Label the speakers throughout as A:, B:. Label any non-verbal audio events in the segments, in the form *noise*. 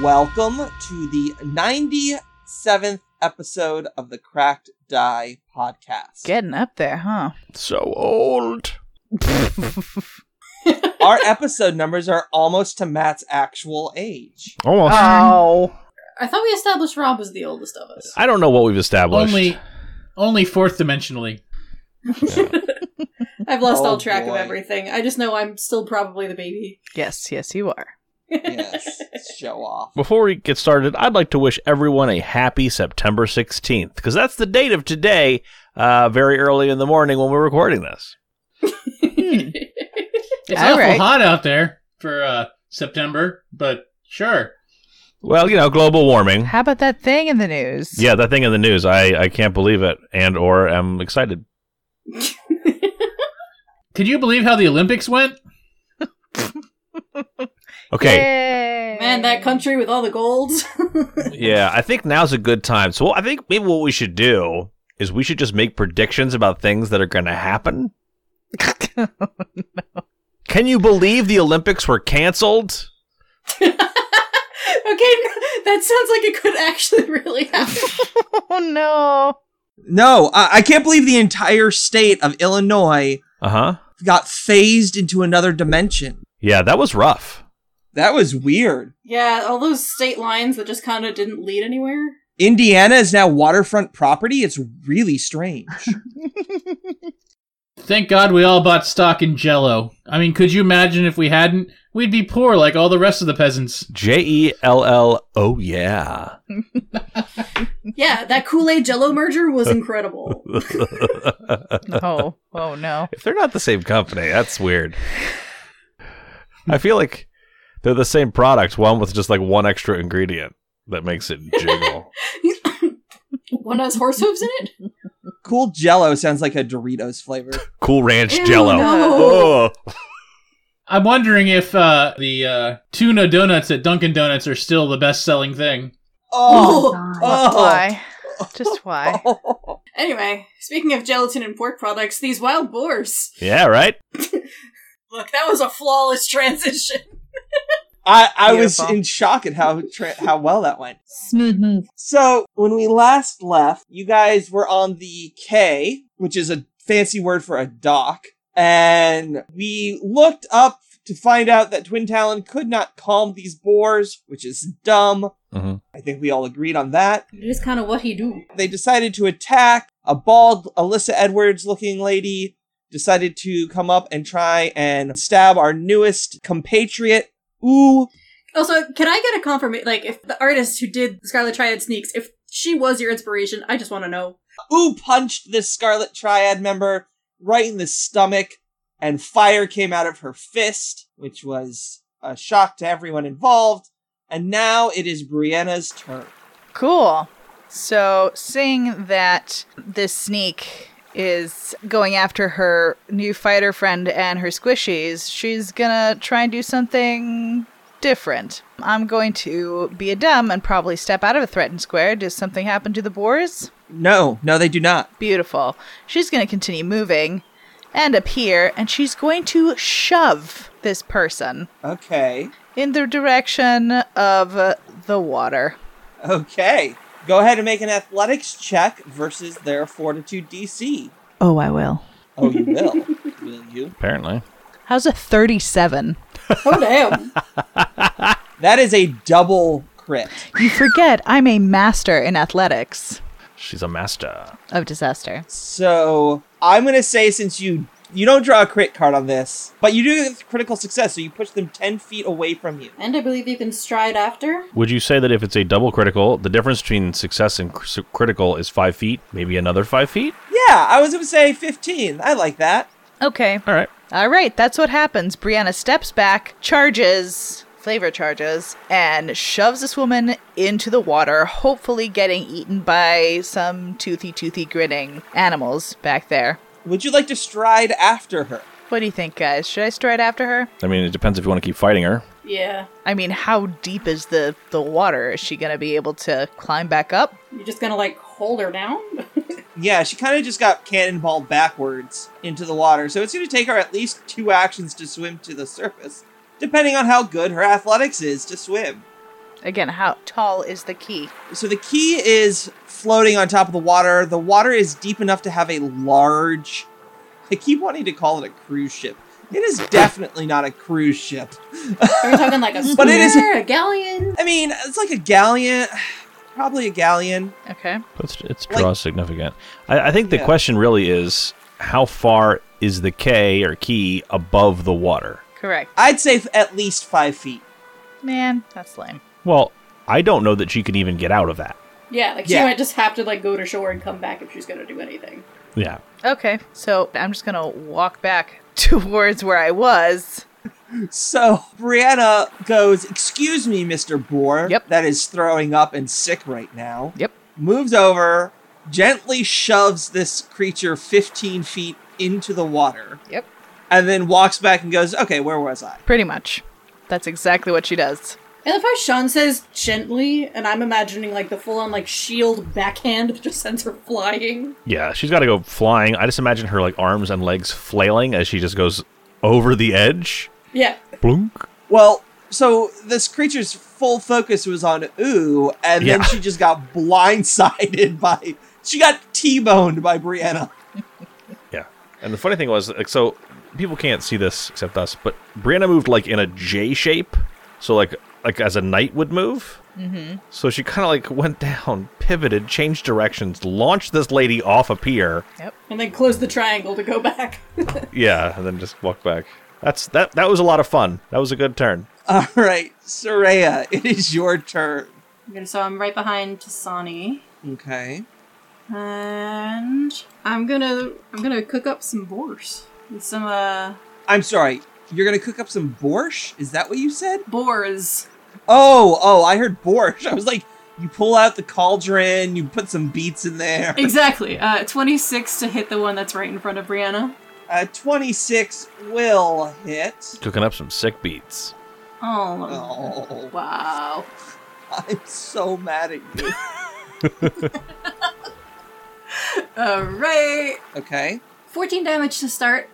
A: Welcome to the 97th episode of the Cracked Die podcast.
B: Getting up there, huh?
C: So old.
A: Our episode numbers are almost to Matt's actual age.
C: Almost.
B: Oh.
D: I thought we established Rob was the oldest of us.
C: I don't know what we've established.
E: Only, only fourth dimensionally.
D: *laughs* I've lost
A: Oh,
D: all track of
A: boy.
D: everything. I just know I'm still probably the baby.
B: Yes, yes, you are.
A: Yes, show off.
C: Before we get started, I'd like to wish everyone a happy September 16th, because that's the date of today, uh, very early in the morning when we're recording this.
B: Hmm.
E: It's
B: All
E: awful
B: right.
E: hot out there for uh, September, but sure.
C: Well, you know, global warming.
B: How about that thing in the news?
C: Yeah, that thing in the news. I, I can't believe it, and or am excited.
E: Could you believe how the Olympics went?
C: Okay,
B: Yay.
D: *laughs* Man, that
B: *laughs*
D: country with all the golds. *laughs*
C: yeah, I think now's a good time. So I think maybe what we should do is we should just make predictions about things that are going to happen.
B: Oh,
C: Can you believe the Olympics were canceled?
D: okay, that sounds like it could actually really happen.
B: oh
C: *laughs*
B: no. *laughs*
A: No, I-, I can't believe the entire state of Illinois
C: Uh huh.
A: got phased into another dimension.
C: Yeah, that was rough.
A: That was weird.
D: Yeah, all those state lines that just kind of didn't lead anywhere.
A: Indiana is now waterfront property. It's really strange.
E: Thank God we all bought stock in Jello. I mean, could you imagine if we hadn't? We'd be poor like all the rest of the peasants.
C: J E L L. Oh yeah. *laughs*
D: Yeah, that Kool Aid Jello merger was incredible. *laughs*
C: if
B: Oh, oh no.
C: they're not the same company, that's weird. I feel like they're the same product, one with just like one extra ingredient that makes it jiggle.
D: One has horse hooves in it.
A: cool Jello sounds like a Doritos flavor.
C: *laughs* cool Ranch
D: Ew,
C: Jello.
D: no.
C: Oh.
E: I'm wondering if uh, the uh, tuna donuts at Dunkin' Donuts are still the best selling thing.
A: Oh,
B: Wh-
A: Oh.
B: Why?
A: *laughs*
B: Just why?
D: Anyway, speaking of gelatin and pork products, these wild boars.
C: Yeah, right?
D: Look, that was a flawless transition.
A: I, I was
B: Beautiful.
A: in shock at how tra- how well that went.
F: Smooth move.
A: So when we last left, you guys were on the K, which is a fancy word for a dock, and we looked up to find out that Twin Talon could not calm these boars, which is dumb.
C: Mhm.
A: I think we all agreed on that.
D: *laughs* It is kind of what he do.
A: They decided to attack a bald Alyssa Edwards looking lady. Decided to come up and try and stab our newest compatriot. Ooh,
D: Also, can I get a confirmation? Like, if the artist who did Scarlet Triad sneaks, if she was your inspiration, I just want
A: *laughs*
D: to know.
A: Ooh punched this Scarlet Triad member right in the stomach, and fire came out of her fist, which was a shock to everyone involved. And now it is Brianna's turn.
B: Cool. So, seeing that this sneak is going after her new fighter friend and her squishies, she's gonna try and do something different. I'm going to be a dumb and probably step out of a threatened square. Does something happen to the boars?
A: No, no, they do not.
B: Beautiful. She's gonna continue moving and appear, and she's going to shove this person
A: Okay,
B: in the direction of uh, the water.
A: okay. Go ahead and make an athletics check versus their fortitude DC.
B: Oh, I will.
A: Oh, you *laughs* will. will you?
C: Apparently.
B: How's a 37?
D: Oh, damn.
A: That is a double crit.
B: You forget I'm a master in athletics
C: She's a master.
B: of disaster.
A: So I'm gonna say since you you don't draw a crit card on this, but you do get critical success, so you push them ten feet away from you.
D: and I believe you can stride after.
C: Would you say that if it's a double critical, the difference between success and cr- critical is five feet, maybe another five feet?
A: Yeah, I was gonna say fifteen. I like that.
B: Okay.
C: All right.
B: All right, that's what happens. Brianna steps back, charges, flavor charges, and shoves this woman into the water, hopefully getting eaten by some toothy, toothy, grinning animals back there.
A: Would you like to stride after her?
B: What do you think, guys? Should I stride after her?
C: I mean, it depends if you want to keep fighting her.
D: Yeah.
B: I mean, how deep is the, the water? Is she going to be able to climb back up?
D: You're just gonna, like, hold her *laughs* down?
A: Yeah, she kind of just got cannonballed backwards into the water, so it's gonna take her at least two actions to swim to the surface, depending on how good her athletics is to swim.
B: Again, how tall is the key?
A: So the key is floating on top of the water. The water is deep enough to have a large. I keep wanting to call it a cruise ship. It is definitely not a cruise ship.
D: Are we talking like a schooner,
A: But it is-
D: a galleon?
A: I mean, it's like a galleon, *sighs* probably a galleon.
B: Okay.
C: It's, it's
A: Like-
C: draw significant. I, I think the
A: Yeah.
C: question really is how far is the K or key above the water?
B: Correct.
A: I'd say f- at least five feet.
B: Man, that's lame.
C: Well, I don't know that she can even get out of that.
D: Yeah, like
A: Yeah.
D: she might just have to like go to shore and come back if she's gonna do anything.
C: Yeah.
B: Okay, so I'm just gonna walk back *laughs* towards where I was.
A: So Brianna goes, "Excuse me, Mister Boar.
B: Yep.
A: That is throwing up and sick right now."
B: Yep.
A: Moves over, gently shoves this creature fifteen feet into the water,
B: Yep.
A: and then walks back and goes, "Okay, where was I?"
B: Pretty much. That's exactly what she does.
D: And if I Sean says gently, and I'm imagining like the full on like shield backhand *laughs* that just sends her flying.
C: Yeah, she's got to go flying. I just imagine her like arms and legs flailing as she just goes over the edge.
D: Yeah.
C: Blunk.
A: Well, so this creature's full focus was on Ooh, and
C: Yeah.
A: then she just got blindsided *laughs* by. She got T-boned by Brianna. *laughs*
C: Yeah. And the funny thing was, like, so people can't see this except us, but Brianna moved like in a J shape, so like like as a knight would move. Mm-hmm. So she kind of like went down, pivoted, changed directions, launched this lady off a pier.
D: And then close the triangle to go back. *laughs*
C: Yeah, and then just walked back. That's that. That was a lot of fun. That was a good turn.
A: All right, Soraya, it is your turn.
D: Okay, so I'm right behind Tasani.
A: Okay.
D: And I'm gonna I'm gonna cook up some boars. And some uh
A: I'm sorry. You're gonna cook up some borscht? Is that what you said?
D: boars.
A: Oh, oh, I heard borscht. *laughs* I was like, you pull out the cauldron, you put some beets in there.
D: Exactly. Uh 26 to hit the one that's right in front of Brianna.
A: Uh, 26 will hit.
C: Cooking up some sick beats.
D: Oh,
A: Oh,
D: wow.
A: I'm so mad at you.
D: Alright.
A: *laughs* Okay.
D: 14 damage to start,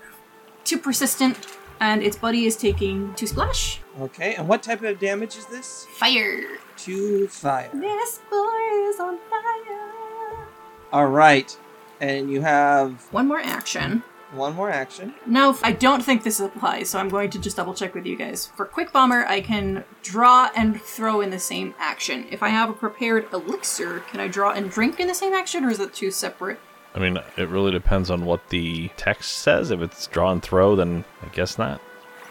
D: 2 persistent, and its body is taking 2 splash.
A: Okay, and what type of damage is this?
D: Fire!
A: Two fire.
D: This boy is on fire!
A: All right, and you have
D: One more action.
A: one more action.
D: Now, if- I don't think this applies, so I'm going to just double check with you guys. For Quick Bomber, I can draw and throw in the same action. If I have a prepared elixir, can I draw and drink in the same action, or is that two separate?
C: I mean, it really depends on what the text says. If it's draw and throw, then I guess not.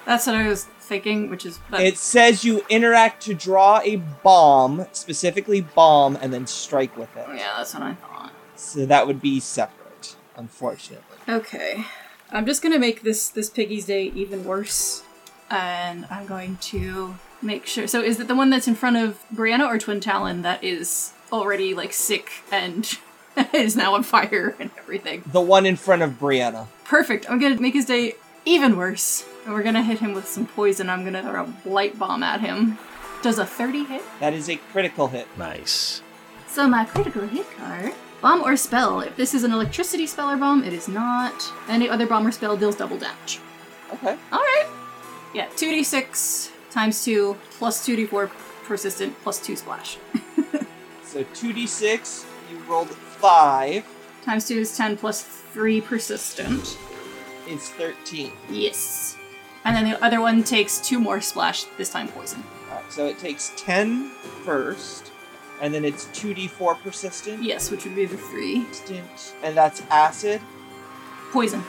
D: That's what I was thinking, which is. That,
A: It says you interact to draw a bomb, specifically bomb, and then strike with it.
D: yeah, that's what I thought.
A: So that would be separate, unfortunately.
D: Okay. I'm just gonna make this this piggy's day even worse. And I'm going to make sure so is it the one that's in front of Brianna or Twin Talon that is already like sick and *laughs* is now on fire and everything?
A: The one in front of Brianna.
D: Perfect. I'm gonna make his day even worse. And we're gonna hit him with some poison. I'm gonna throw a light bomb at him. Does a 30 hit?
A: That is a critical hit.
C: Nice.
D: So my critical hit card. Bomb or spell. If this is an electricity spell or bomb, it is not. Any other bomb or spell deals double damage.
A: Okay.
D: All right. Yeah, 2d6 times 2 plus 2d4 persistent plus 2 splash. *laughs*
A: So 2d6, you rolled 5,
D: Times 2 is 10 plus 3 persistent.
A: is 13.
D: Yes. And then the other one takes 2 more splash, this time poison.
A: Alright, so it takes 10 first, and then it's 2d4 persistent.
D: Yes, which would be the 3.
A: Persistent, And that's acid,
D: Poison.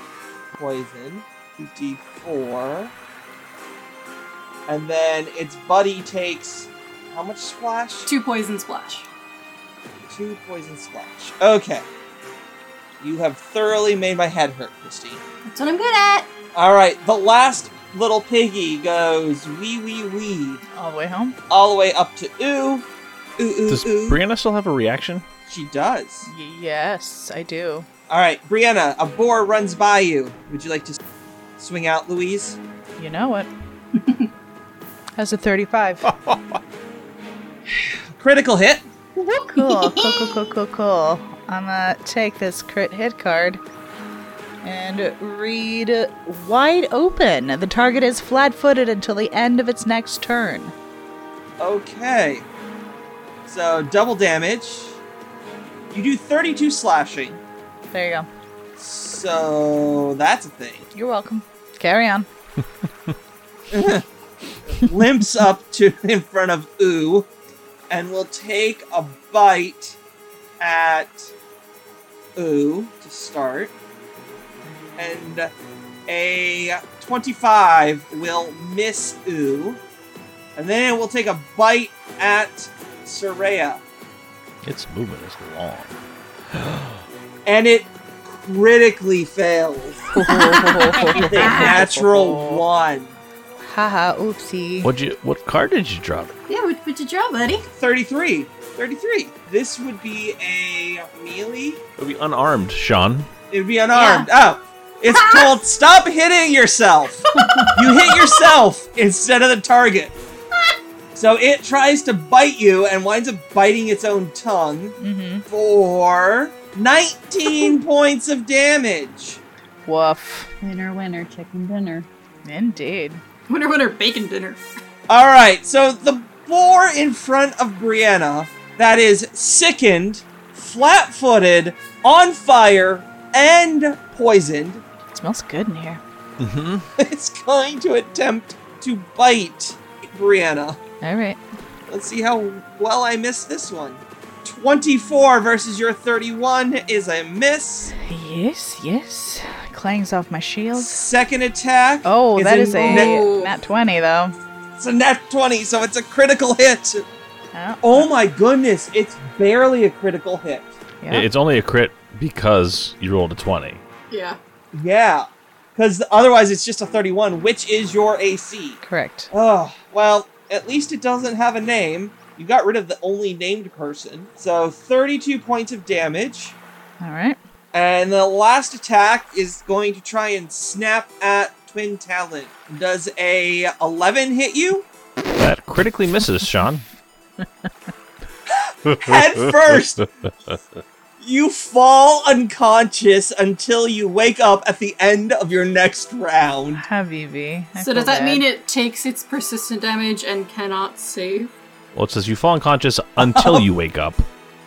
A: poison, 2d4. And then its buddy takes how much splash?
D: 2 poison splash.
A: Two poison splash. Okay. You have thoroughly made my head hurt, Christine.
D: That's what I'm good at!
A: All right, the last little piggy goes wee wee wee
B: All the way home?
A: all the way up to ooh, ooh ooh
C: Does
A: ooh.
C: Brianna still have a reaction?
A: she does.
B: Y- yes, I do.
A: All right, Brianna, a boar runs by you. Would you like to s- swing out, Louise?
B: You know *laughs* it. That's a 35.
A: Critical hit.
B: Cool, cool, cool, cool, cool, cool. I'm gonna take this crit hit card and read wide open. The target is flat footed until the end of its next turn.
A: Okay. So double damage. You do 32 slashing.
B: There you go.
A: So that's a thing.
B: You're welcome. Carry *laughs* on.
A: Limps up to *laughs* in front of Ooh and will take a bite at Ooh to start. And a 25 will miss Ooh. And then it will take a bite at Soraya.
C: Its movement is long.
A: and it critically fails. with a
B: Ah.
A: natural one.
B: Haha, oopsie.
C: What you? What card did you drop?
D: Yeah, what, what you draw, *laughs* buddy?
A: 33. 33. This would be a melee.
C: It'll be unarmed, Sean.
A: It'd be unarmed. Oh. It's called Stop Hitting Yourself. you hit yourself instead of the target. So it tries to bite you and winds up biting its own tongue
B: Mm-hmm.
A: for 19 points of damage.
B: Woof.
F: Winner, winner, chicken dinner.
B: Indeed.
D: Winner, winner, bacon dinner.
A: All right, so the boar in front of Brianna that is sickened, flat-footed, on fire, and poisoned *laughs*
B: It smells good in here.
C: Mm-hmm.
A: is going to attempt to bite Brianna.
B: All right.
A: Let's see how well I miss this one. 24 versus your 31 is a miss.
B: Yes, yes. Clangs off my shield.
A: Second attack.
B: Oh, that is a
A: net,
D: Oh.
B: nat 20, though.
A: it's a net 20, so it's a critical hit.
B: Oh,
A: Oh my goodness, it's barely a critical hit.
B: yeah.
C: It's only a crit because you rolled a twenty.
D: Yeah.
A: Yeah, because otherwise it's just a 31, which is your AC.
B: Correct.
A: Oh, well, at least it doesn't have a name. You got rid of the only named person. So 32 points of damage.
B: All right.
A: And the last attack is going to try and snap at Twin Talon. Does a 11 hit you?
C: That critically misses, Sean.
A: Head first! You fall unconscious until you wake up at the end of your next round.
B: Habibi. I
D: so does
B: feel
D: that
B: bad.
D: mean it takes its persistent damage and cannot save?
C: Well, it says you fall unconscious until *laughs* you wake up,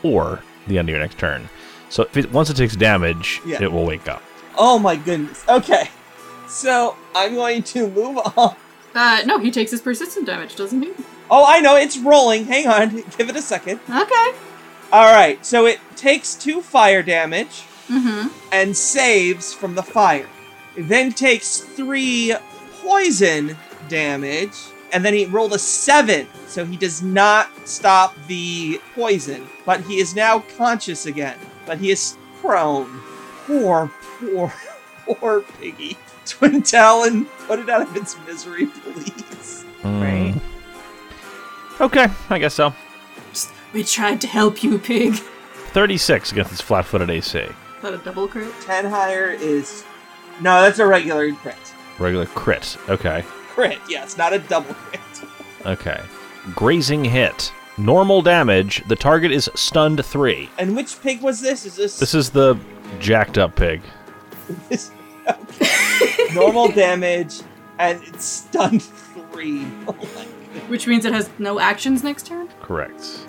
C: or the end of your next turn. So if it, once it takes damage,
A: Yeah.
C: it will wake up.
A: Oh my goodness. Okay. So I'm going to move on.
D: Uh, no, he takes his persistent damage, doesn't he?
A: Oh, I know, it's rolling. Hang on. Give it a second.
D: Okay.
A: All right. So it takes two fire damage
D: Mm-hmm.
A: and saves from the fire. It then takes three poison damage. And then he rolled a seven. So he does not stop the poison. But he is now conscious again. But he is prone. Poor, poor, *laughs* poor piggy. Twin Talon, put it out of its misery, please.
B: Right.
C: Mm. Okay, I guess so.
D: We tried to help you, pig.
C: Thirty-six against its flat-footed AC.
D: Is that a double crit?
A: 10 higher is. No, that's a regular crit.
C: Regular crit. Okay.
A: Crit, yeah, it's not a double crit.
C: Okay. Grazing hit. Normal damage. The target is stunned three.
A: And which pig was this? Is this.
C: This is the jacked up pig.
A: this okay. *laughs* Normal damage, and it's stunned three. *laughs* Oh my goodness.
D: Which means it has no actions next turn?
C: Correct.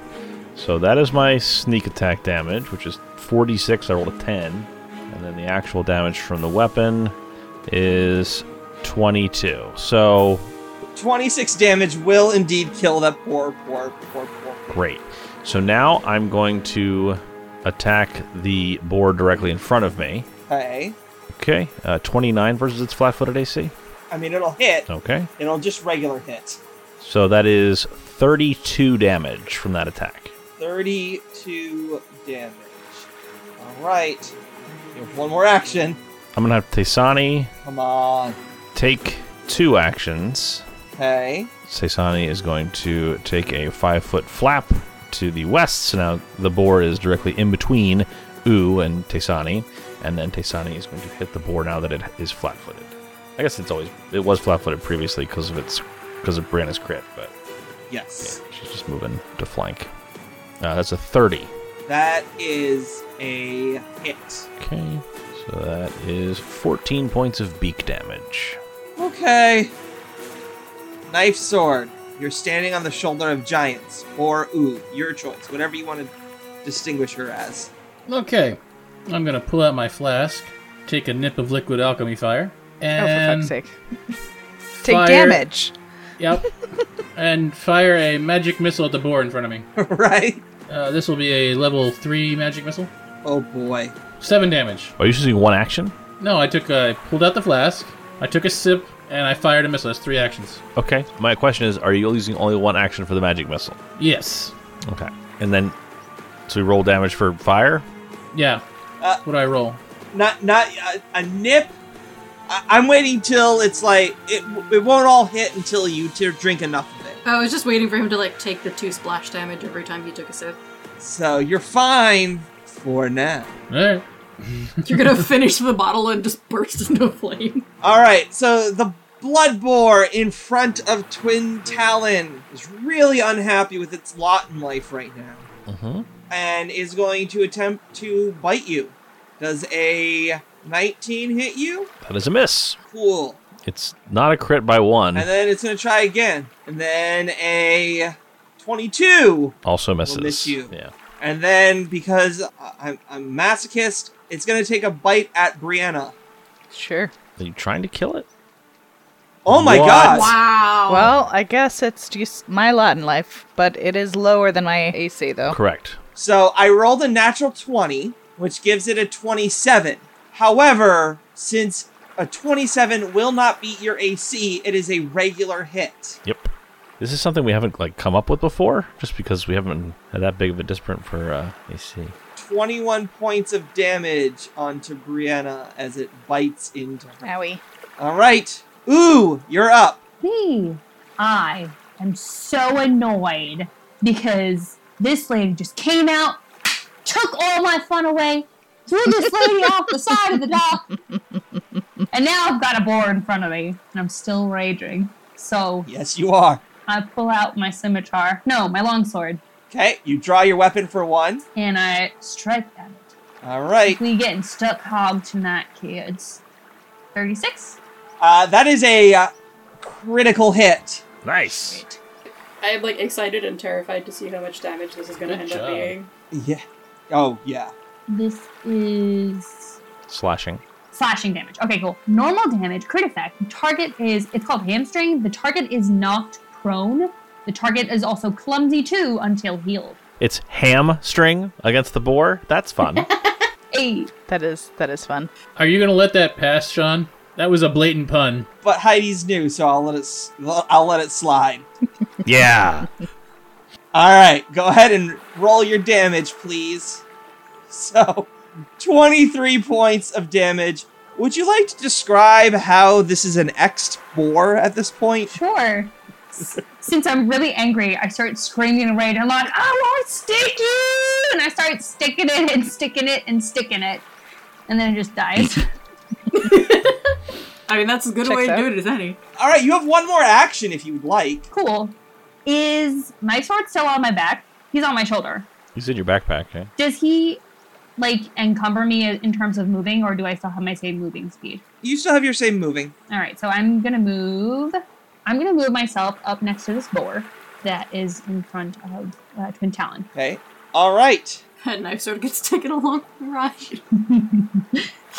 C: So that is my sneak attack damage, which is 46. I rolled a 10. And then the actual damage from the weapon is 22. So
A: 26 damage will indeed kill that poor, poor, poor, poor.
C: great. So now I'm going to attack the boar directly in front of me.
A: Okay.
C: Okay. Uh, 29 versus its flat footed AC.
A: I mean, it'll hit.
C: Okay.
A: It'll just regular hit.
C: So that is 32 damage from that attack.
A: 32 damage. All right. You have one more action.
C: I'm going to have Tesani
A: Come on.
C: take two actions.
A: Okay.
C: Seisani is going to take a five foot flap to the west. So now the boar is directly in between Oo and Teisani, and then Teisani is going to hit the boar now that it is flat footed. I guess it's always it was flat footed previously because of its because of Brianna's crit, but yeah,
A: Yes.
C: she's just moving to flank. Uh, that's a thirty.
A: That is a hit.
C: Okay, so that is fourteen points of beak damage.
A: Okay. Knife sword. You're standing on the shoulder of giants, or ooh, your choice, whatever you want to distinguish her as. *laughs*
E: Okay. I'm gonna pull out my flask, take a nip of liquid alchemy fire,
B: Oh, for
E: and
B: fuck's *laughs* sake. Take
E: fire-
B: damage. *laughs*
E: Yep. and fire a magic missile at the boar in front of me.
A: right?
E: Uh, this will be a level three magic missile.
A: Oh boy.
E: Seven damage.
C: Are you just using one action?
E: No, I took. uh, I pulled out the flask. I took a sip and I fired a missile. That's three actions.
C: Okay. My question is, are you using only one action for the magic missile?
E: Yes.
C: Okay. And then, so we roll damage for fire.
E: Yeah.
A: Uh,
E: what do I roll?
A: Not not a, a nip. I, I'm waiting till it's like it. It won't all hit until you t- drink enough of it.
D: I was just waiting for him to like take the two splash damage every time he took a sip.
A: So you're fine for now.
E: All right.
D: *laughs* You're gonna finish the bottle and just burst into flame.
A: All right, so the blood boar in front of Twin Talon is really unhappy with its lot in life right now,
C: Mm-hmm.
A: and is going to attempt to bite you. Does a 19 hit you?
C: That is a miss.
A: Cool.
C: It's not a crit by one.
A: And then it's gonna try again, and then a 22,
C: also misses.
A: miss you.
C: Yeah.
A: and then because I- I'm, I'm masochist, it's gonna take a bite at Brianna.
B: Sure.
C: Are you trying to kill it?
A: Oh my
C: What?
A: god!
D: Wow.
B: Well, I guess it's just my lot in life, but it is lower than my AC
A: Oh.
B: though.
C: Correct.
A: So I rolled a natural 20, which gives it a 27. However, since a 27 will not beat your AC, it is a regular hit.
C: Yep. This is something we haven't like come up with before, just because we haven't had that big of a disprint for uh, AC.
A: 21 points of damage onto Brianna as it bites into her.
B: Owie.
A: All right. Ooh, you're up.
F: Me. I am so annoyed because this lady just came out, took all my fun away, threw this lady *laughs* off the side of the dock, and now I've got a boar in front of me, and I'm still raging. So
A: Yes, you are.
F: I pull out my scimitar, no, my longsword,
A: Okay, you draw your weapon for one.
F: and I strike at it.
A: All right.
F: We getting stuck hog tonight, kids. 36?
A: Uh, that is a uh, critical hit.
C: Nice.
D: I am like excited and terrified to see how much damage this is gonna
E: Good
D: end
E: job.
D: up being.
A: Yeah. Oh, yeah.
F: This is
C: Slashing.
F: slashing damage. Okay, cool. Normal damage, crit effect. The target is, it's called hamstring. The target is knocked prone. The target is also clumsy too until healed.
C: It's hamstring against the boar.
A: *laughs*
C: That's fun.
F: Eight.
B: That is that is fun.
E: Are you gonna let that pass, Sean? That was a blatant pun.
A: But Heidi's new, so I'll let it. s- I'll let it slide.
C: yeah.
A: All right, go ahead and roll your damage, please. So, 23 points of damage. Would you like to describe how this is an x boar at this point?
F: Sure. S- Since I'm really angry, I start screaming and rage. I'm like, I want to stick you! And I start sticking it and sticking it and sticking it. And then it just dies.
D: I mean, that's as good a
B: Checks
D: way to
B: out.
D: do it
G: *laughs*
D: as any.
A: All right, you have one more action if you would like.
F: cool. Is my sword still on my back? He's on my shoulder.
C: He's in your backpack. Eh?
F: Does he like encumber me in terms of moving, or do I still have my same moving speed?
A: You still have your same moving.
F: All right, so I'm gonna move. I'm gonna move myself up next to this boar that is in front of uh, Twin Talon.
A: Okay. All right.
D: And knife sword gets
G: *laughs*
D: taken along for the
B: *laughs*
D: ride.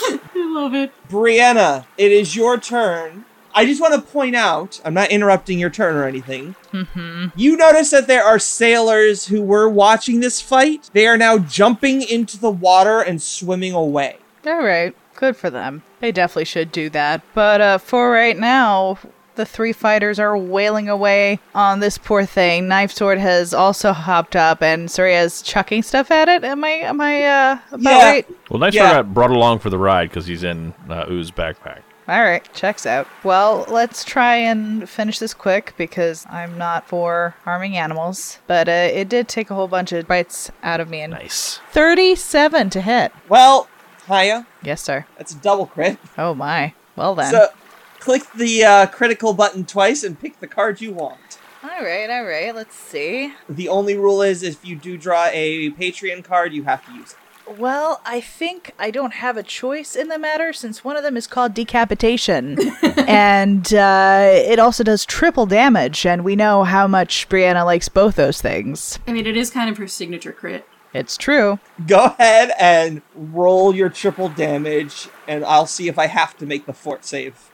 D: I love it.
A: Brianna, it is your turn. I just want to point out, I'm not interrupting your turn or anything.
B: Mm-hmm.
A: You notice that there are sailors who were watching this fight. They are now jumping into the water and swimming away.
B: All right, good for them. They definitely should do that. But uh, for right now, the three fighters are wailing away on this poor thing. Knife Sword has also hopped up, and Surya's chucking stuff at it. Am I? Am I? Uh, about
A: Yeah.
B: right?
C: Well, nice
A: Yeah.
C: yeah. got brought along for the ride because he's in uh, Ooh's backpack.
B: All right, checks out. Well, let's try and finish this quick because I'm not for harming animals. But uh, it did take a whole bunch of bites out of me, and
C: Nice.
B: 37 to hit.
A: Well, Haya,
B: Yes, sir.
A: that's a double crit.
B: Oh my. Well then.
A: So click the uh, critical button twice and pick the card you want.
B: all right, all right. Let's see.
A: The only rule is if you do draw a Patreon card, you have to use it.
B: Well, I think I don't have a choice in the matter since one of them is called decapitation, *laughs* and uh, it also does triple damage. And we know how much Brianna likes both those things.
D: I mean, it is kind of her signature crit.
B: It's true.
A: Go ahead and roll your triple damage, and I'll see if I have to make the fort save.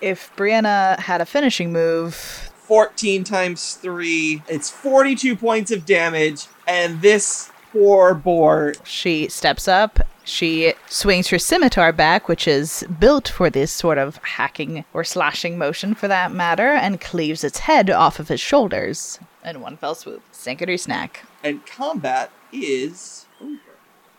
B: If Brianna had a finishing move,
A: 14 times 3, it's 42 points of damage, and this poor boar
B: She steps up. She swings her scimitar back, which is built for this sort of hacking or slashing motion for that matter, and cleaves its head off of his shoulders in one fell swoop. Sinkety snack.
A: and combat is over.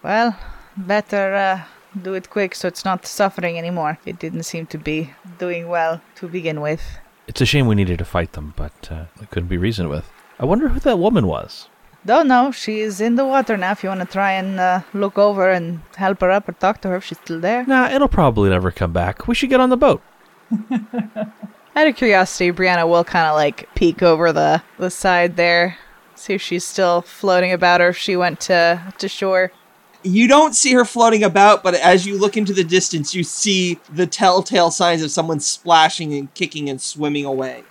B: Well, better uh, do it quick so it's not suffering anymore. It didn't seem to be doing well to begin with.
C: It's a shame we needed to fight them, but uh, it couldn't be reasoned with. I wonder who that woman was.
B: Don't know. She's in the water now. If you want to try and uh, look over and help her up or talk to her if she's still there.
C: Nah, it'll probably never come back. We should get on the boat.
B: Out of curiosity, Brianna will kind of like peek over the the side there, see if she's still floating about or if she went to to shore.
A: You don't see her floating about, but as you look into the distance, you see the telltale signs of someone splashing and kicking and swimming away.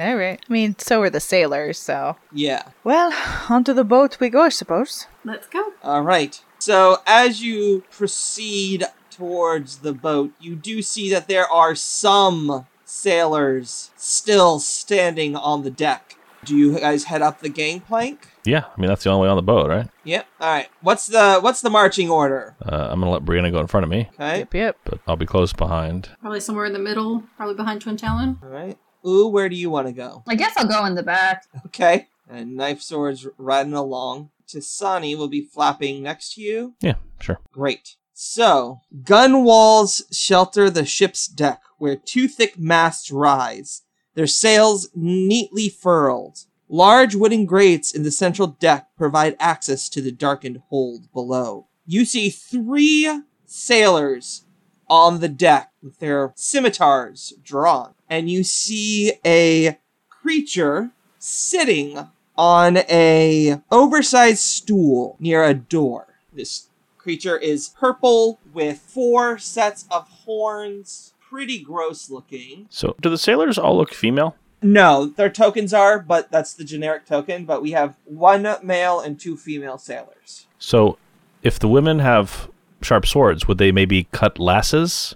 B: All right. I mean, so were the sailors. So
A: Yeah.
B: well, onto the boat we go, I suppose.
D: Let's go.
A: All right. So as you proceed towards the boat, you do see that there are some sailors still standing on the deck. Do you guys head up the gangplank?
C: Yeah, I mean that's the only way on the boat, right?
A: Yep. All right. What's the what's the marching order?
C: Uh, I'm gonna let Brianna go in front of me,
A: Okay.
B: Yep, yep.
C: but I'll be close behind.
D: Probably somewhere in the middle, probably behind Twin Talon.
A: All right. Ooh, where do you want to go? *laughs*
F: I guess I'll go in the back.
A: Okay. And knife swords riding along. Tisani will be flapping next to you.
C: Yeah, sure.
A: Great. So, gun walls shelter the ship's deck, where two thick masts rise, their sails neatly furled. Large wooden grates in the central deck provide access to the darkened hold below. You see three sailors on the deck with their scimitars drawn, and you see a creature sitting on a oversized stool near a door. This creature is purple with four sets of horns, pretty gross looking.
C: So, do the sailors all look female?
A: No, their tokens are, but that's the generic token, but we have one male and two female sailors.
C: So, if the women have sharp swords, would they maybe cut lasses?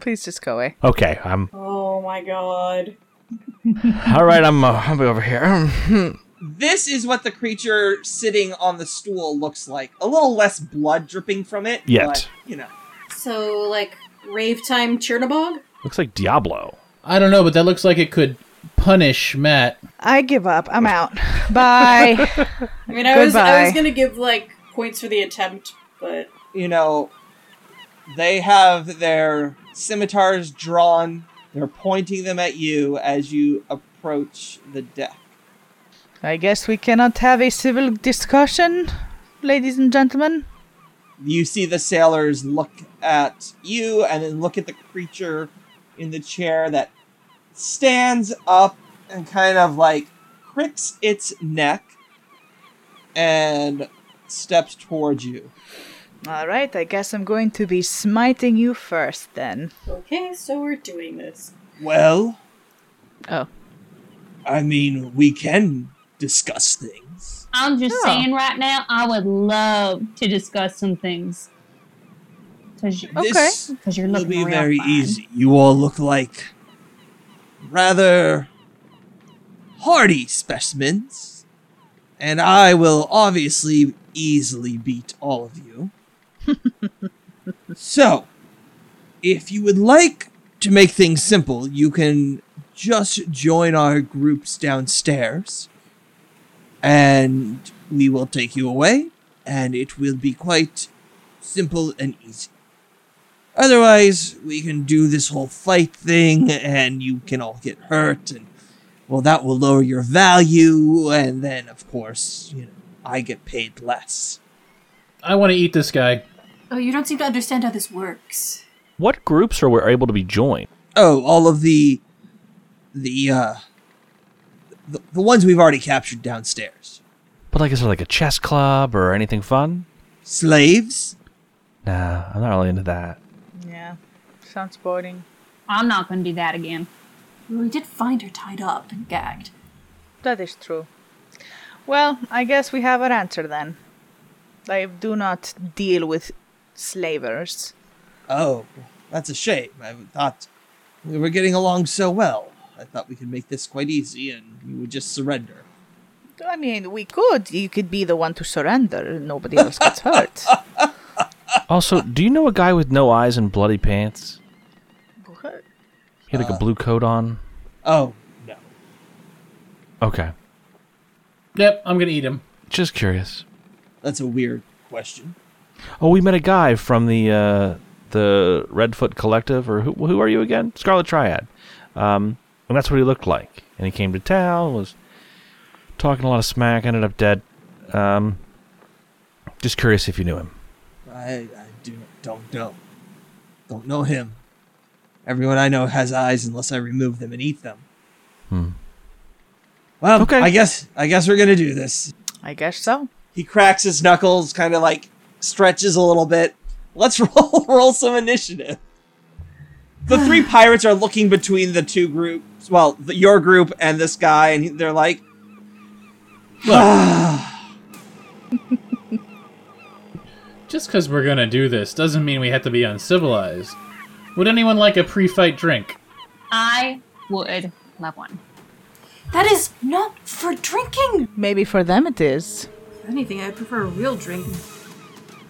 B: Please just go away.
C: Okay, I'm
G: Oh my god.
C: all right. I'm uh, I'm over here. *laughs*
A: This is what the creature sitting on the stool looks like. A little less blood dripping from it.
C: Yet.
A: But, you know.
G: So, like, rave time Chernobog?
C: Looks like Diablo.
E: I don't know, but that looks like it could punish Matt.
B: I give up. I'm out. *laughs* Bye.
G: I mean, I was, I was
B: Goodbye.
G: gonna give, like, points for the attempt, but.
A: you know, they have their scimitars drawn. They're pointing them at you as you approach the deck.
B: I guess we cannot have a civil discussion, ladies and gentlemen.
A: You see the sailors look at you and then look at the creature in the chair that stands up and kind of like cricks its neck and steps towards you.
B: All right. I guess I'm going to be smiting you first then.
G: Okay, so we're doing this.
A: Well,
B: Oh.
A: I mean, we can discuss things.
F: I'm just
B: Yeah.
F: saying right now, I would love to discuss some things. Because you, oh,
B: Okay.
A: This
F: 'cause you're
A: will
F: looking
A: be
F: real
A: very
F: fine.
A: easy. You all look like rather hardy specimens, and I will obviously easily beat all of
F: *laughs*
A: you. so, if you would like to make things simple, you can just join our groups downstairs, and we will take you away, and it will be quite simple and easy. Otherwise, we can do this whole fight thing and you can all get hurt and well that will lower your value and then of course, you know, I get paid less.
E: I want to eat this guy.
D: Oh, you don't seem to understand how this works.
C: What groups are we able to be joined?
A: Oh, all of the the uh the, the ones we've already captured downstairs.
C: But like, is there like a chess club or anything fun?
A: Slaves?
C: Nah, I'm not really into that.
B: Yeah. Sounds boring.
F: I'm not going to do that again.
D: We did find her tied up and gagged.
B: That is true. Well, I guess we have an answer then. I do not deal with slavers.
A: Oh, that's a shame. I thought we were getting along so well. I thought we could make this quite easy and you would just surrender.
B: I mean, we could. You could be the one to surrender and nobody else gets *laughs* hurt.
C: Also, do you know a guy with no eyes and bloody pants?
B: What?
C: He had like a blue coat on.
A: Oh, no.
C: Okay,
E: Yep, I'm gonna eat him.
C: just curious.
A: That's a weird question.
C: Oh, we met a guy from the uh, the Redfoot Collective, or who who are you again? Scarlet Triad, um, and that's what he looked like. And he came to town, was talking a lot of smack, ended up dead. Um, just curious if you knew him.
A: I, I do, don't know. Don't know him. Everyone I know has eyes unless I remove them and eat them. Hmm. Well,
C: Okay.
A: okay. I guess I guess we're gonna do this.
B: I guess so.
A: He cracks his knuckles, kind of like stretches a little bit. Let's *laughs* roll roll some initiative. The three pirates are looking between the two groups, well, the, your group and this guy, and they're like,
E: Just because we're gonna do this doesn't mean we have to be uncivilized. Would anyone like a pre-fight drink?
F: I would love one.
D: That is not for drinking!
B: Maybe for them it is.
D: If anything, I prefer a real drink.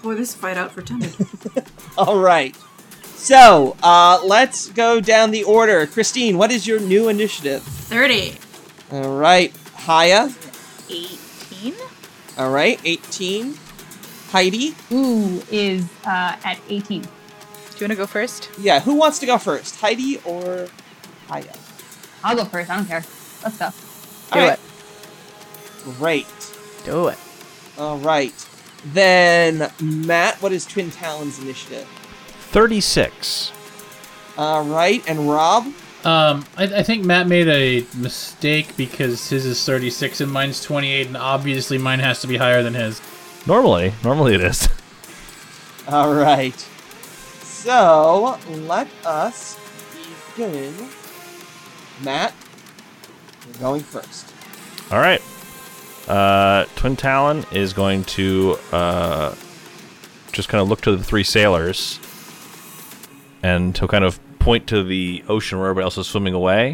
D: Pour this fight out for Temmie.
A: "All right." So, uh, let's go down the order. Christine, what is your new initiative?
D: 30.
A: All right, Haya.
B: 18?
A: All right, 18. Heidi.
F: Ooh is uh, at 18.
B: Do you want to go first?
A: Yeah, who wants to go first? Heidi or Haya?
F: I'll go first. I don't care. Let's go.
B: Do
A: All right,
B: it.
A: Great.
B: Do it.
A: All right. Then, Matt, what is Twin Talon's initiative?
C: Thirty six.
A: All right, and Rob?
E: Um, I, I think Matt made a mistake because his is 36 and mine's 28, and obviously mine has to be higher than his.
C: Normally, normally it is. *laughs*
A: All right. So, let us begin. Matt, you're going first.
C: All right. Uh, Twin Talon is going to uh, just kind of look to the three sailors, and he'll kind of point to the ocean where everybody else is swimming away,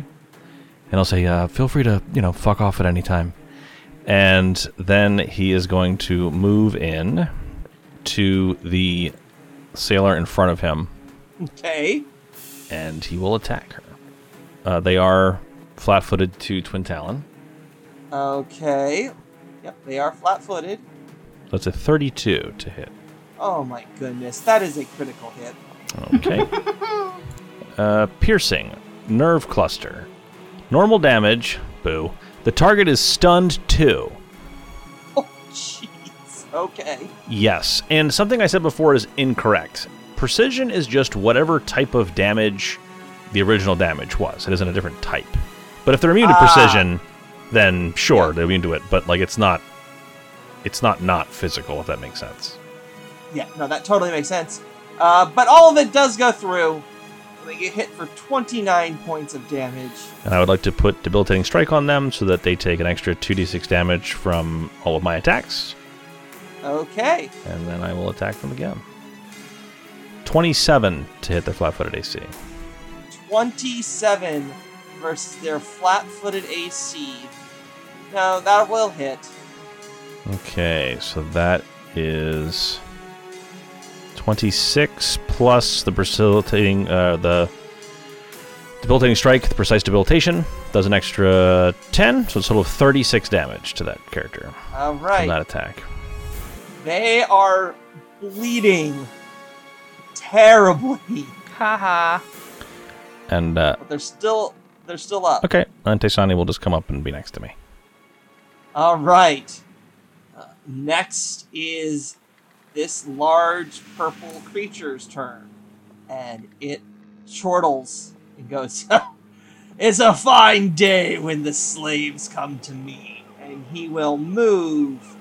C: and he'll say, uh, "Feel free to, you know, fuck off at any time." And then he is going to move in to the sailor in front of him,
A: Okay.
C: and he will attack her. Uh, they are flat-footed to Twin Talon.
A: Okay. Yep, they are flat footed.
C: That's a 32 to hit.
A: Oh my goodness, that is a critical hit. *laughs*
C: Okay. uh, piercing, nerve cluster, normal damage. Boo. The target is stunned too.
A: Oh, jeez. Okay.
C: Yes, and something I said before is incorrect. Precision is just whatever type of damage the original damage was. It isn't a different type. But if they're immune to precision, then sure they're immune to it. But like, it's not. It's not not physical. If that makes sense.
A: Yeah, no, that totally makes sense. Uh, but all of it does go through. They get hit for 29 points of damage.
C: And I would like to put debilitating strike on them so that they take an extra 2d6 damage from all of my attacks.
A: Okay.
C: and then I will attack them again. 27 to hit their flat footed AC.
A: 27 versus their flat footed AC. No, that will hit.
C: Okay, so that is 26 plus the precipitating, uh, the debilitating strike, the precise debilitation, does an extra 10, so it's a total of 36 damage to that character
A: All
C: from that
A: right.
C: attack.
A: They are bleeding terribly,
B: Haha.
C: And, uh,
A: but they're still they're still up.
C: okay, and Tesani will just come up and be next to me.
A: All right. Uh, next is this large purple creature's turn, and it chortles *laughs* and goes. it's a fine day when the slaves come to me, and he will move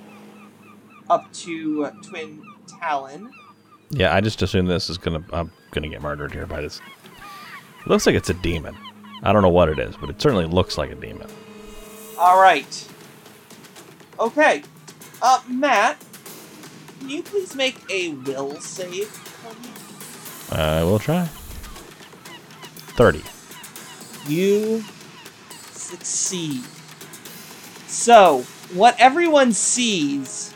A: up to uh, Twin Talon.
C: Yeah, I just assume this is gonna. I'm gonna get murdered here by this. It looks like it's a demon. I don't know what it is, but it certainly looks like a demon.
A: All right. Okay. Uh, Matt, can you please make a will save? for me?
C: I will try. Thirty.
A: You succeed. So, what everyone sees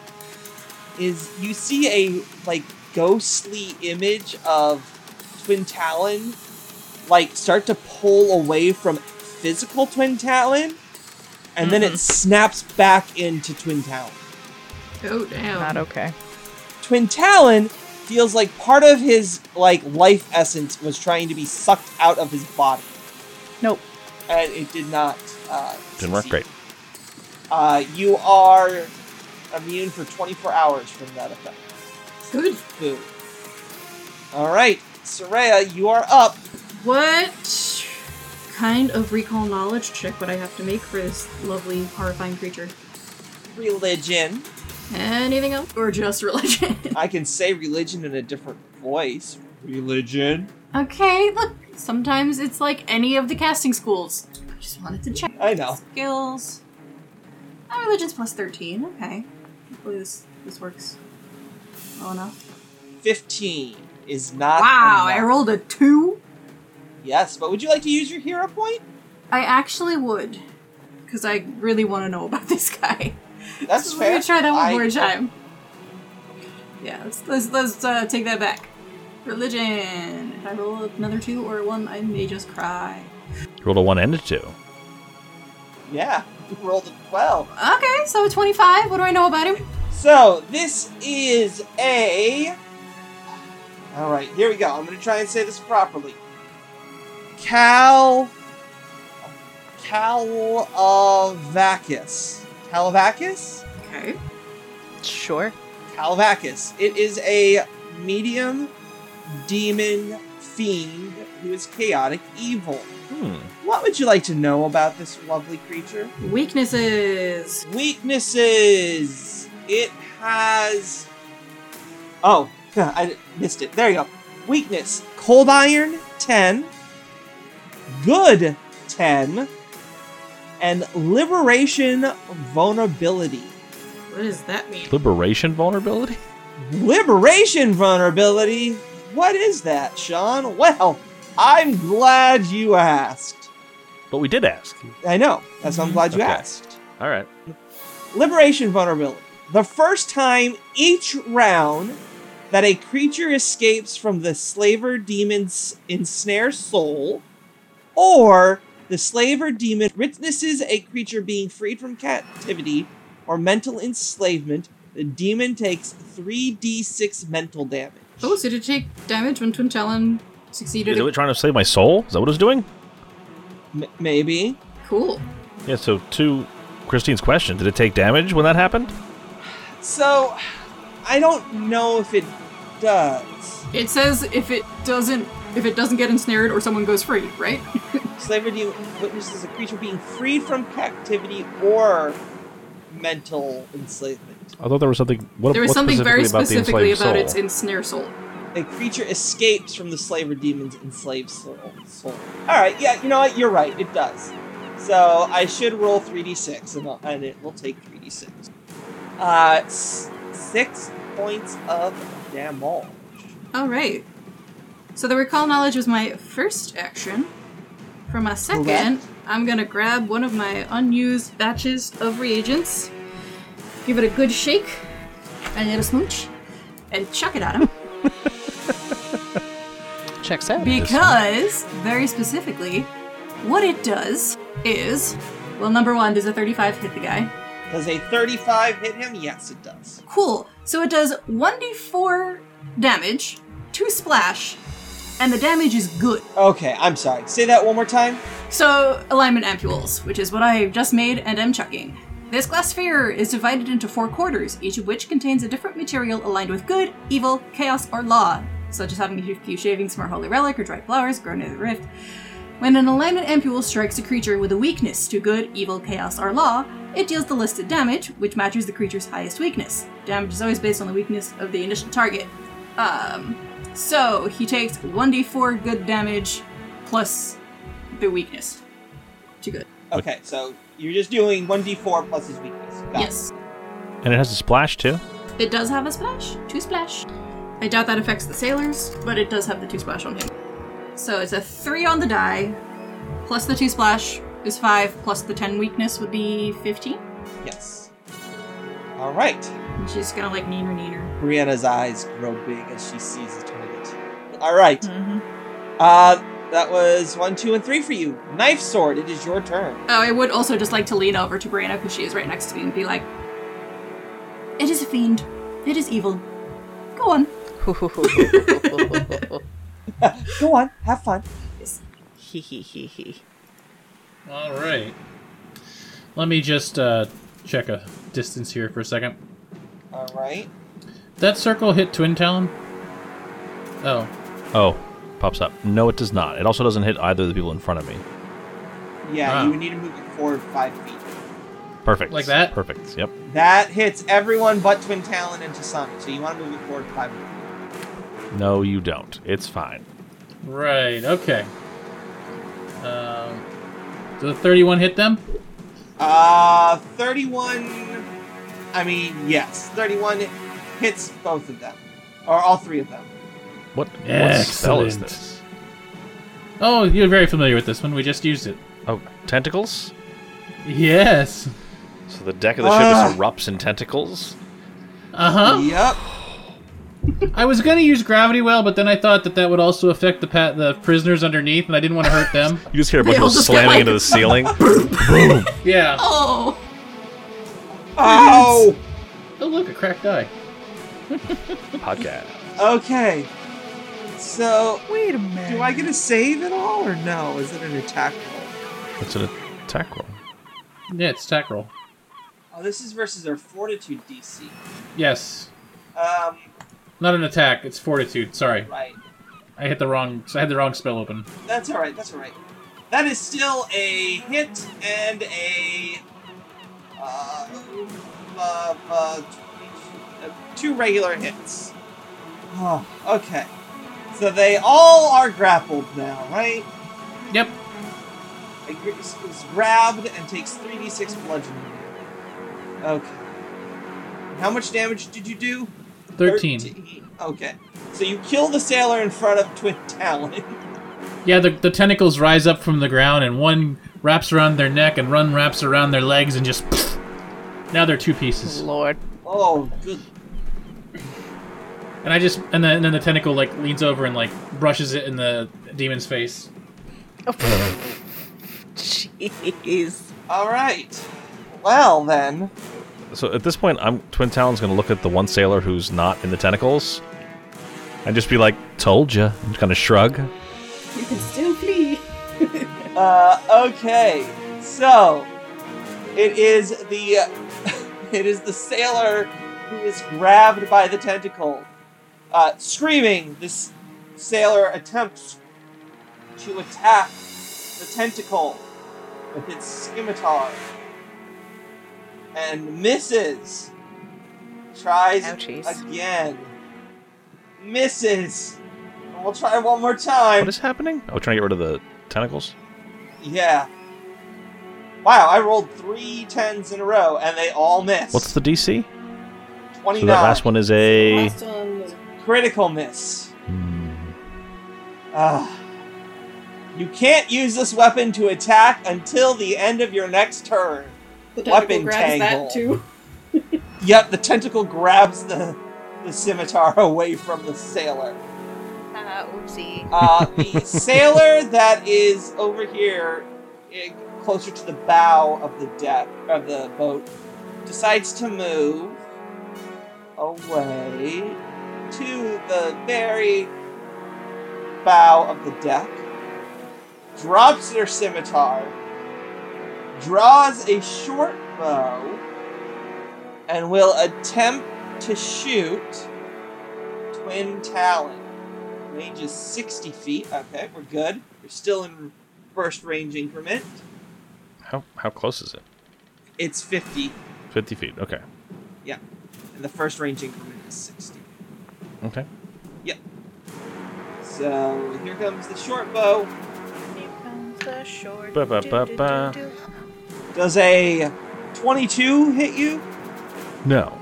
A: is you see a like ghostly image of Twin Talon like start to pull away from physical Twin Talon and then it snaps back into Twin Talon.
D: Oh damn!
B: Not okay.
A: Twin Talon feels like part of his like life essence was trying to be sucked out of his body
B: Nope.
A: and it did not uh,
C: Didn't work
A: succeed.
C: great.
A: Uh, you are immune for 24 hours from that effect.
D: Good.
A: Boo. All right, Soraya, you are up.
D: What kind of recall knowledge check would I have to make for this lovely horrifying creature?
A: Religion.
D: Anything else, or just religion? *laughs*
A: I can say religion in a different voice. Religion.
D: okay, look. Sometimes it's like any of the casting schools. I just wanted to check.
A: I know.
D: skills. Oh, religion's plus thirteen. Okay, hopefully this this works well enough.
A: 15 is not.
D: Wow, I
A: enough.
D: rolled a two.
A: Yes, but would you like to use your hero point?
D: I actually would, because I really want to know about *laughs* this guy.
A: That's
D: We're
A: fair.
D: gonna try that one
A: I-
D: more time. Yeah, let's let's, let's uh, take that back. Religion. If I roll another two or a one, I may just cry.
C: Rolled a one and a two.
A: Yeah, you rolled a 12.
D: Okay, so twenty-five. What do I know about him?
A: So this is a. All right, here we go. I'm gonna try and say this properly. Cal. Calavacus. Calavacus.
D: Okay.
B: Sure.
A: Calavacus. It is a medium demon fiend who is chaotic evil.
C: Hmm.
A: What would you like to know about this lovely creature?
D: Weaknesses.
A: Weaknesses. It has. Oh, *laughs* I missed it. There you go. Weakness: cold iron ten, good ten, and liberation vulnerability.
D: What does that mean?
C: Liberation vulnerability.
A: Liberation vulnerability. What is that, Sean? Well, I'm glad you asked.
C: But we did ask.
A: I know. That's why I'm glad you
C: Okay.
A: asked.
C: All right.
A: Liberation vulnerability. The first time each round that a creature escapes from the slaver demon's ensnare soul, or the slaver demon witnesses a creature being freed from captivity or mental enslavement, the demon takes 3d6 mental damage.
D: Oh, so did it take damage when Twin Talon succeeded?
C: Is it trying to save my soul? Is that what it was doing?
A: M- maybe.
D: Cool.
C: Yeah. So to Christine's question, did it take damage when that happened?
A: So, I don't know if it does.
D: It says if it doesn't if it doesn't get ensnared or someone goes free, right?
A: Slavery de- witnesses a creature being freed from captivity or mental enslavement.
C: I thought there was something. What,
D: there was
C: what
D: something very
C: specifically
D: specifically
C: about,
D: about
C: the enslaved
D: its
C: soul?
D: ensnare soul.
A: A creature escapes from the slaver demon's enslaved soul. soul. Alright, yeah, you know what? You're right, it does. So I should roll 3d6 and, I'll- and it will take 3d6. Uh, s- six points of damage.
D: All right. So the recall knowledge was my first action. For my second,
A: Correct.
D: I'm gonna grab one of my unused batches of reagents, give it a good shake, and a little smooch, and chuck it at him.
B: Checks out.
D: Because, very specifically, what it does is well, number one, does a 35 hit the guy?
A: Does a 35 hit him? Yes, it does.
D: Cool. So it does 1d4 damage, 2 splash, and the damage is good.
A: Okay, I'm sorry. Say that one more time.
D: So, alignment ampules, which is what I just made and am chucking. This glass sphere is divided into four quarters, each of which contains a different material aligned with good, evil, chaos, or law, such as having a few shavings from a holy relic or dried flowers grown near the rift. When an alignment ampule strikes a creature with a weakness to good, evil, chaos, or law, It deals the listed damage, which matches the creature's highest weakness. Damage is always based on the weakness of the initial target. Um, so he takes 1d4 good damage plus the weakness to good.
A: Okay, so you're just doing 1d4 plus his weakness. Got it.
D: Yes.
C: And it has a splash too.
D: It does have a splash, two splash. I doubt that affects the sailors, but it does have the two splash on him. So it's a three on the die, plus the two splash is five, plus the ten weakness would be fifteen.
A: Yes. All right.
D: And She's gonna like neener neener.
A: Brianna's eyes grow big as she sees the target. All right. Uh, that was one, two, and three for you. Knife sword. It is your turn.
D: Oh, I would also just like to lean over to Brianna because she is right next to me and be like, "It is a fiend. It is evil. Go on."
A: Go on. Have fun.
B: *laughs* Hee hee hee hee.
E: All right. Let me just uh, check a distance here for a second.
A: All right.
E: That circle hit Twin Talon. Oh,
C: Oh, pops up. No, it does not. It also doesn't hit either of the people in front of me.
A: Yeah,
E: Wow.
A: you would need to move it forward five feet.
C: Perfect.
E: Like that?
C: Perfect. Yep.
A: That hits everyone but Twin Talon and Tasani, so you want to move it forward five feet.
C: No, you don't. It's fine.
E: right. Okay. Um, did the 31 hit them?
A: Uh, 31. I mean, yes. 31 hits both of them, or all three of them.
C: What, what spell is
E: Excellent.
C: this?
E: Oh, you're very familiar with this one. We just used it.
C: Oh, tentacles?
E: Yes.
C: So the deck of the
A: Ah.
C: ship just erupts in tentacles?
E: Uh huh.
A: Yep.
E: I was gonna use gravity well, but then I thought that that would also affect the pat the prisoners underneath, and I didn't want to hurt them.
C: You just hear a bunch
D: They
C: of
D: all
C: those
D: just get,
C: slamming
D: like-
C: into the
D: *laughs*
C: ceiling.
E: *laughs* yeah.
D: Oh,
A: Ow!
E: Oh look, a cracked eye.
C: Podcast.
A: Okay. So,
B: Wait a minute.
A: do I get a save at all, or no? Is it an attack roll?
C: It's an attack roll.
E: Yeah, it's attack roll.
A: Oh, this is versus their fortitude DC.
E: Yes.
A: Um,
E: Not an attack. It's fortitude. Sorry,
A: right.
E: I hit the wrong. I had the wrong spell open.
A: That's alright, that's alright. That is still a hit and a. Uh, uh, uh, two regular hits. Oh, okay. So they all are grappled now, right?
E: Yep.
A: It gr- Is is grabbed and takes 3d6 bludgeoning. Okay. How much damage did you do?
E: Thirteen.
A: 13. Okay. So you kill the sailor in front of Twin Talon. *laughs*
E: Yeah, the, the tentacles rise up from the ground, and one wraps around their neck, and one wraps around their legs, and just. *laughs* now they're two pieces.
B: Lord.
A: Oh, good
E: And I just and then, and then the tentacle like leans over and like brushes it in the demon's face.
B: Jeez.
A: All right. Well then,
C: So at this point, I'm Twin Talon's going to look at the one sailor who's not in the tentacles and just be like, told ya. And kind of shrug.
G: You can still flee.
A: uh, okay. So it is the *laughs* it is the sailor who is grabbed by the tentacle, uh, screaming. This sailor attempts to attack the tentacle with its scimitar and misses. Tries
B: Ouchies.
A: again. Misses. And We'll try one more time.
C: What is happening? Oh, trying to get rid of the tentacles?
A: Yeah. Wow, I rolled three tens in a row and they all missed.
C: What's the DC? So
A: 29.
C: that last one is a.
G: Last one was
A: Critical miss.
C: Hmm.
A: Ah. You can't use this weapon to attack until the end of your next turn.
G: the tentacle
A: Weapon
G: grabs
A: tangle.
G: that too.
A: Yep, the tentacle grabs the, the scimitar *laughs* away from the sailor.
B: Uh, oopsie.
A: Uh, the sailor that is over here, eh, closer to the bow of the deck of the boat, decides to move away to the very bow of the deck. Drops their scimitar, draws a short bow, and will attempt to shoot Twin Talon. Range is 60 feet. Okay, we're good. We're still in first range increment.
C: How, how close is it?
A: It's 50,
C: 50 feet. Okay.
A: and the first range increment is 60.
C: Okay.
A: So here comes the short bow.
C: Ba, ba, ba, ba.
A: Does a 22 hit you?
C: No.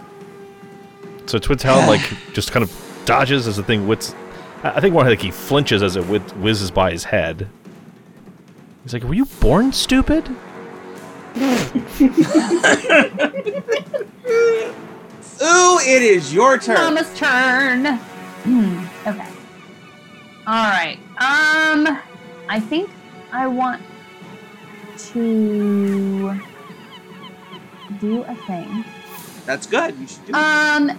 C: So Twin Talon
F: *sighs*
C: like just kind of dodges as the thing whiz. I I think one like he flinches as it whiz- whizzes by his head. He's like, "Were you born
F: *laughs*
C: stupid?"
A: Ooh, it is your turn.
F: Mama's turn. Hmm, okay. All right. Um, I think I want to do a thing.
A: That's good. You should do it.
F: Um,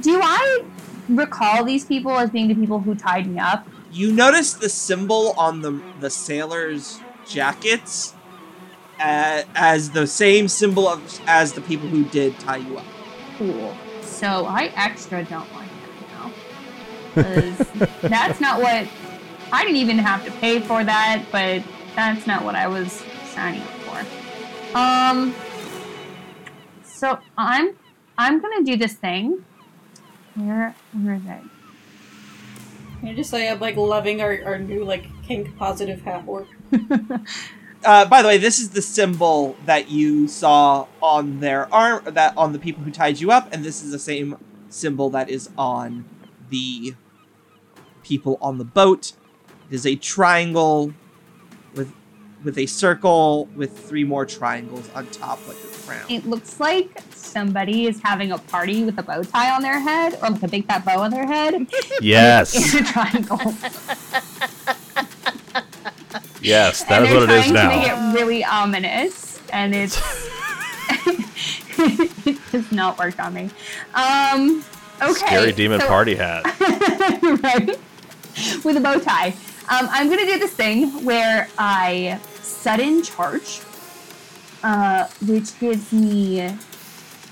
F: do I recall these people as being the people who tied me up?
A: You notice the symbol on the the sailors' jackets uh, as the same symbol of, as the people who did tie you up.
F: Cool. So I extra don't like that now. 'Cause that's not what I didn't even have to pay for that, but that's not what I was signing up for. Um so I'm I'm gonna do this thing. Where where is it?
G: Can I just say I'm like loving our, our new like kink positive half orc?
A: Uh, by the way, this is the symbol that you saw on their arm that on the people who tied you up, and this is the same symbol that is on the people on the boat. It is a triangle with with a circle with three more triangles on top like a crown.
F: It looks like somebody is having a party with a bow tie on their head, or like a big fat bow on their head. It's *laughs*
C: Yes,
F: a triangle.
C: yes, that
F: And
C: is
F: they're
C: what it is
F: trying
C: now.
F: To make it really ominous, and it's *laughs* it has not worked on me. Um, okay,
C: Scary demon
F: so-
C: party hat.
F: *laughs* right? With a bow tie. Um, I'm gonna do this thing where I sudden charge, uh, which gives me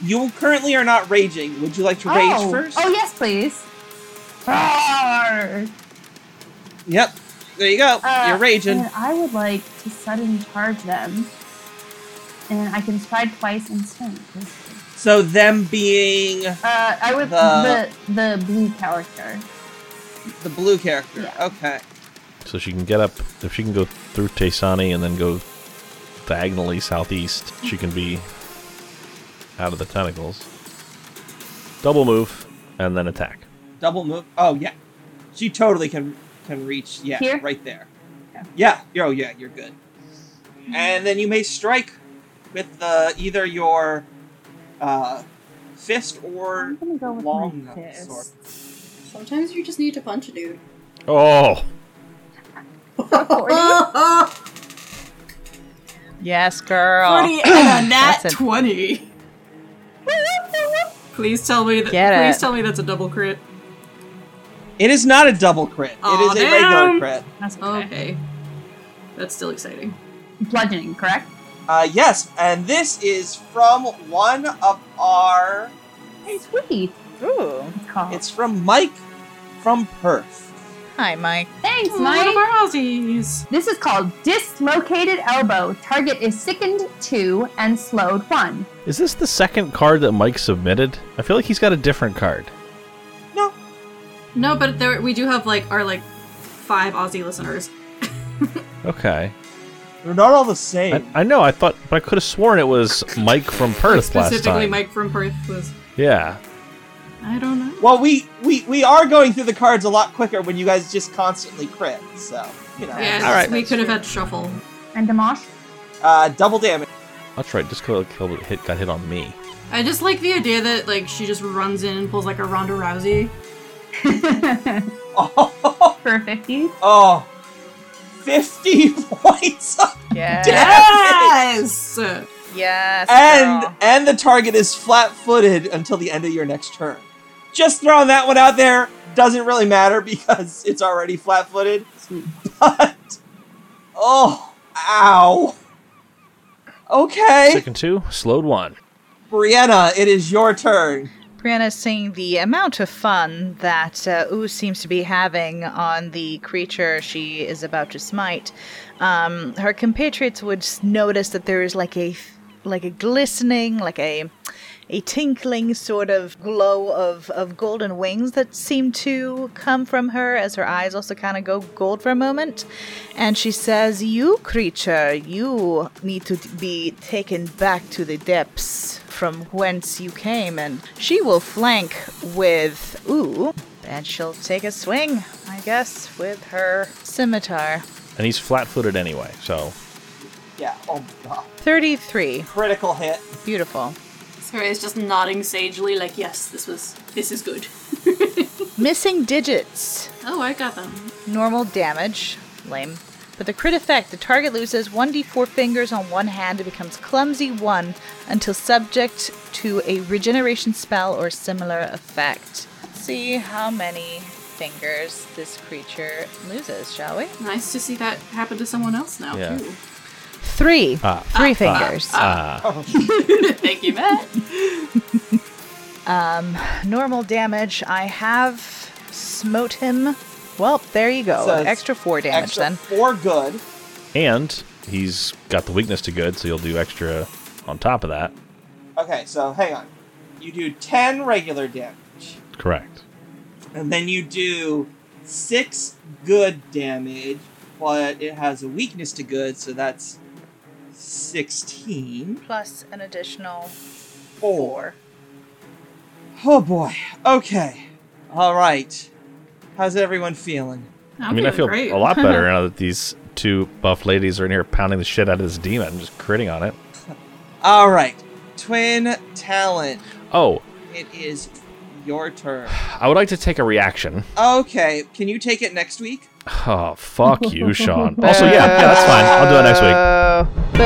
A: You currently are not raging. Would you like to rage
F: oh,
A: first?
F: Oh yes, please. Roar!
A: Yep. There you go.
F: Uh,
A: You're raging.
F: And I would like to sudden charge them, and I can stride twice and stun.
A: So them being
F: Uh, I would
A: The-
F: the the, blue character.
A: the blue character.
F: Yeah.
A: Okay.
C: So she can get up if she can go through Taysani and then go diagonally southeast. She can be out of the tentacles. Double move and then attack.
A: Double move. Oh yeah. She totally can can reach. Yeah.
F: Here?
A: Right there.
F: Yeah.
A: Yeah. you're- Oh yeah. You're good. And then you may strike with the either your uh, fist or
F: I'm gonna go with
A: long
F: my
A: sword.
F: fist.
G: Sometimes you just need to punch a dude.
C: Oh,
F: Oh,
D: Uh,
B: Yes, girl.
D: 40
B: *coughs*
D: and a nat
B: That's a-
D: 20. please tell me that.
B: Get
D: please
B: it.
D: tell me that's a double crit.
A: It is not a double crit.
D: Aw,
A: it is a
D: damn.
A: regular crit.
F: That's okay.
D: Okay, that's still exciting.
F: Bludgeoning, correct?
A: Uh, yes, and this is from one of our.
F: Sweet.
B: Ooh.
F: It's called.
A: It's from Mike from Perth.
B: Hi, Mike.
F: Thanks,
D: Oh, One of
F: Mike.
D: our Aussies.
F: This is called dislocated elbow. Target is sickened two and slowed one.
C: is this the second card that Mike submitted? I feel like he's got a different card.
A: No,
D: No, but there we do have like our like five Aussie listeners.
C: Okay,
A: they're not all the same.
C: I, I know. I thought, but I could have sworn it was Mike from Perth last
D: Specifically,
C: time.
D: Mike from Perth was.
C: Yeah,
D: I don't know.
A: well, we, we we are going through the cards a lot quicker when you guys just constantly crit. So you know,
D: Yes,
B: All right.
D: we could have had shuffle.
F: And Dimash? *laughs*
A: uh, double damage. *laughs*
C: that's right. Just killed, killed, hit, got hit on me.
D: I just like the idea that like she just runs in and pulls like a Ronda Rousey.
A: Oh,
F: For 50.
A: oh 50 points, of-
B: Yes.
D: Yes.
B: Yes.
A: and
B: girl.
A: and the target is flat-footed until the end of your next turn. Just throwing that one out there doesn't really matter because *laughs* it's already flat-footed. But oh, ow. Okay,
C: Second two, slowed one.
A: Brianna, it is your turn.
B: Brianna's seeing the amount of fun that uh, Ooh seems to be having on the creature she is about to smite. Um, her compatriots would s- notice that there is like a like a glistening, like a a tinkling sort of glow of, of golden wings that seem to come from her as her eyes also kind of go gold for a moment. And she says, You creature, you need to be taken back to the depths from whence you came. And she will flank with Ooh, and she'll take a swing, I guess, with her scimitar.
C: And he's flat footed anyway, so.
A: Yeah. Oh my god.
B: 33.
A: Critical hit.
B: Beautiful.
D: Sorry, is just nodding sagely, like, yes, this was, this is good.
B: Missing digits.
D: Oh, I got them.
B: normal damage. Lame. But the crit effect the target loses 1d4 fingers on one hand and becomes clumsy 1 until subject to a regeneration spell or similar effect. Let's see how many fingers this creature loses, shall we?
D: Nice to see that happen to someone else now,
C: Yeah.
D: too.
B: Three.
C: Ah,
D: Uh,
B: Three fingers.
D: *laughs* Thank you, Matt.
B: normal damage. I have smote him. Well, there you go.
A: So it's
B: extra 4 damage
A: Extra
B: then.
A: four good.
C: And he's got the weakness to good, so you'll do extra on top of that.
A: Okay, so hang on. You do ten regular damage,
C: Correct.
A: and then you do six good damage, but it has a weakness to good, so that's sixteen.
B: Plus an additional
A: Four.
B: 4.
A: Oh boy. Okay. All right. How's everyone feeling?
D: I'm
C: i mean, I
D: feeling
C: feel
D: great.
C: a
D: *laughs*
C: lot better now that these two buff ladies are in here pounding the shit out of this demon. I'm just critting on it.
A: All right. Twin Talon,
C: Oh,
A: it is your turn.
C: I would like to take a reaction.
A: Okay, can you take it next week?
C: Oh, fuck you, Sean. Also, yeah, yeah, that's fine. I'll do it next week.
B: Boo.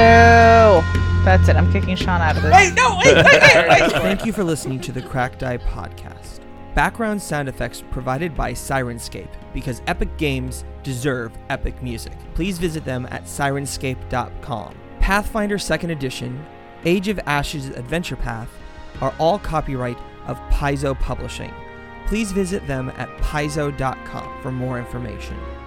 B: Boo. That's it. I'm kicking Sean out of this.
A: Hey, no, wait, wait, wait,
H: *laughs*
A: wait.
H: Thank you for listening to the Cracked Eye Podcast. Background sound effects provided by Sirenscape because epic games deserve epic music. Please visit them at sirenscape.com. Pathfinder 2nd Edition, Age of Ashes Adventure Path are all copyright of Paizo Publishing. Please visit them at paizo.com for more information.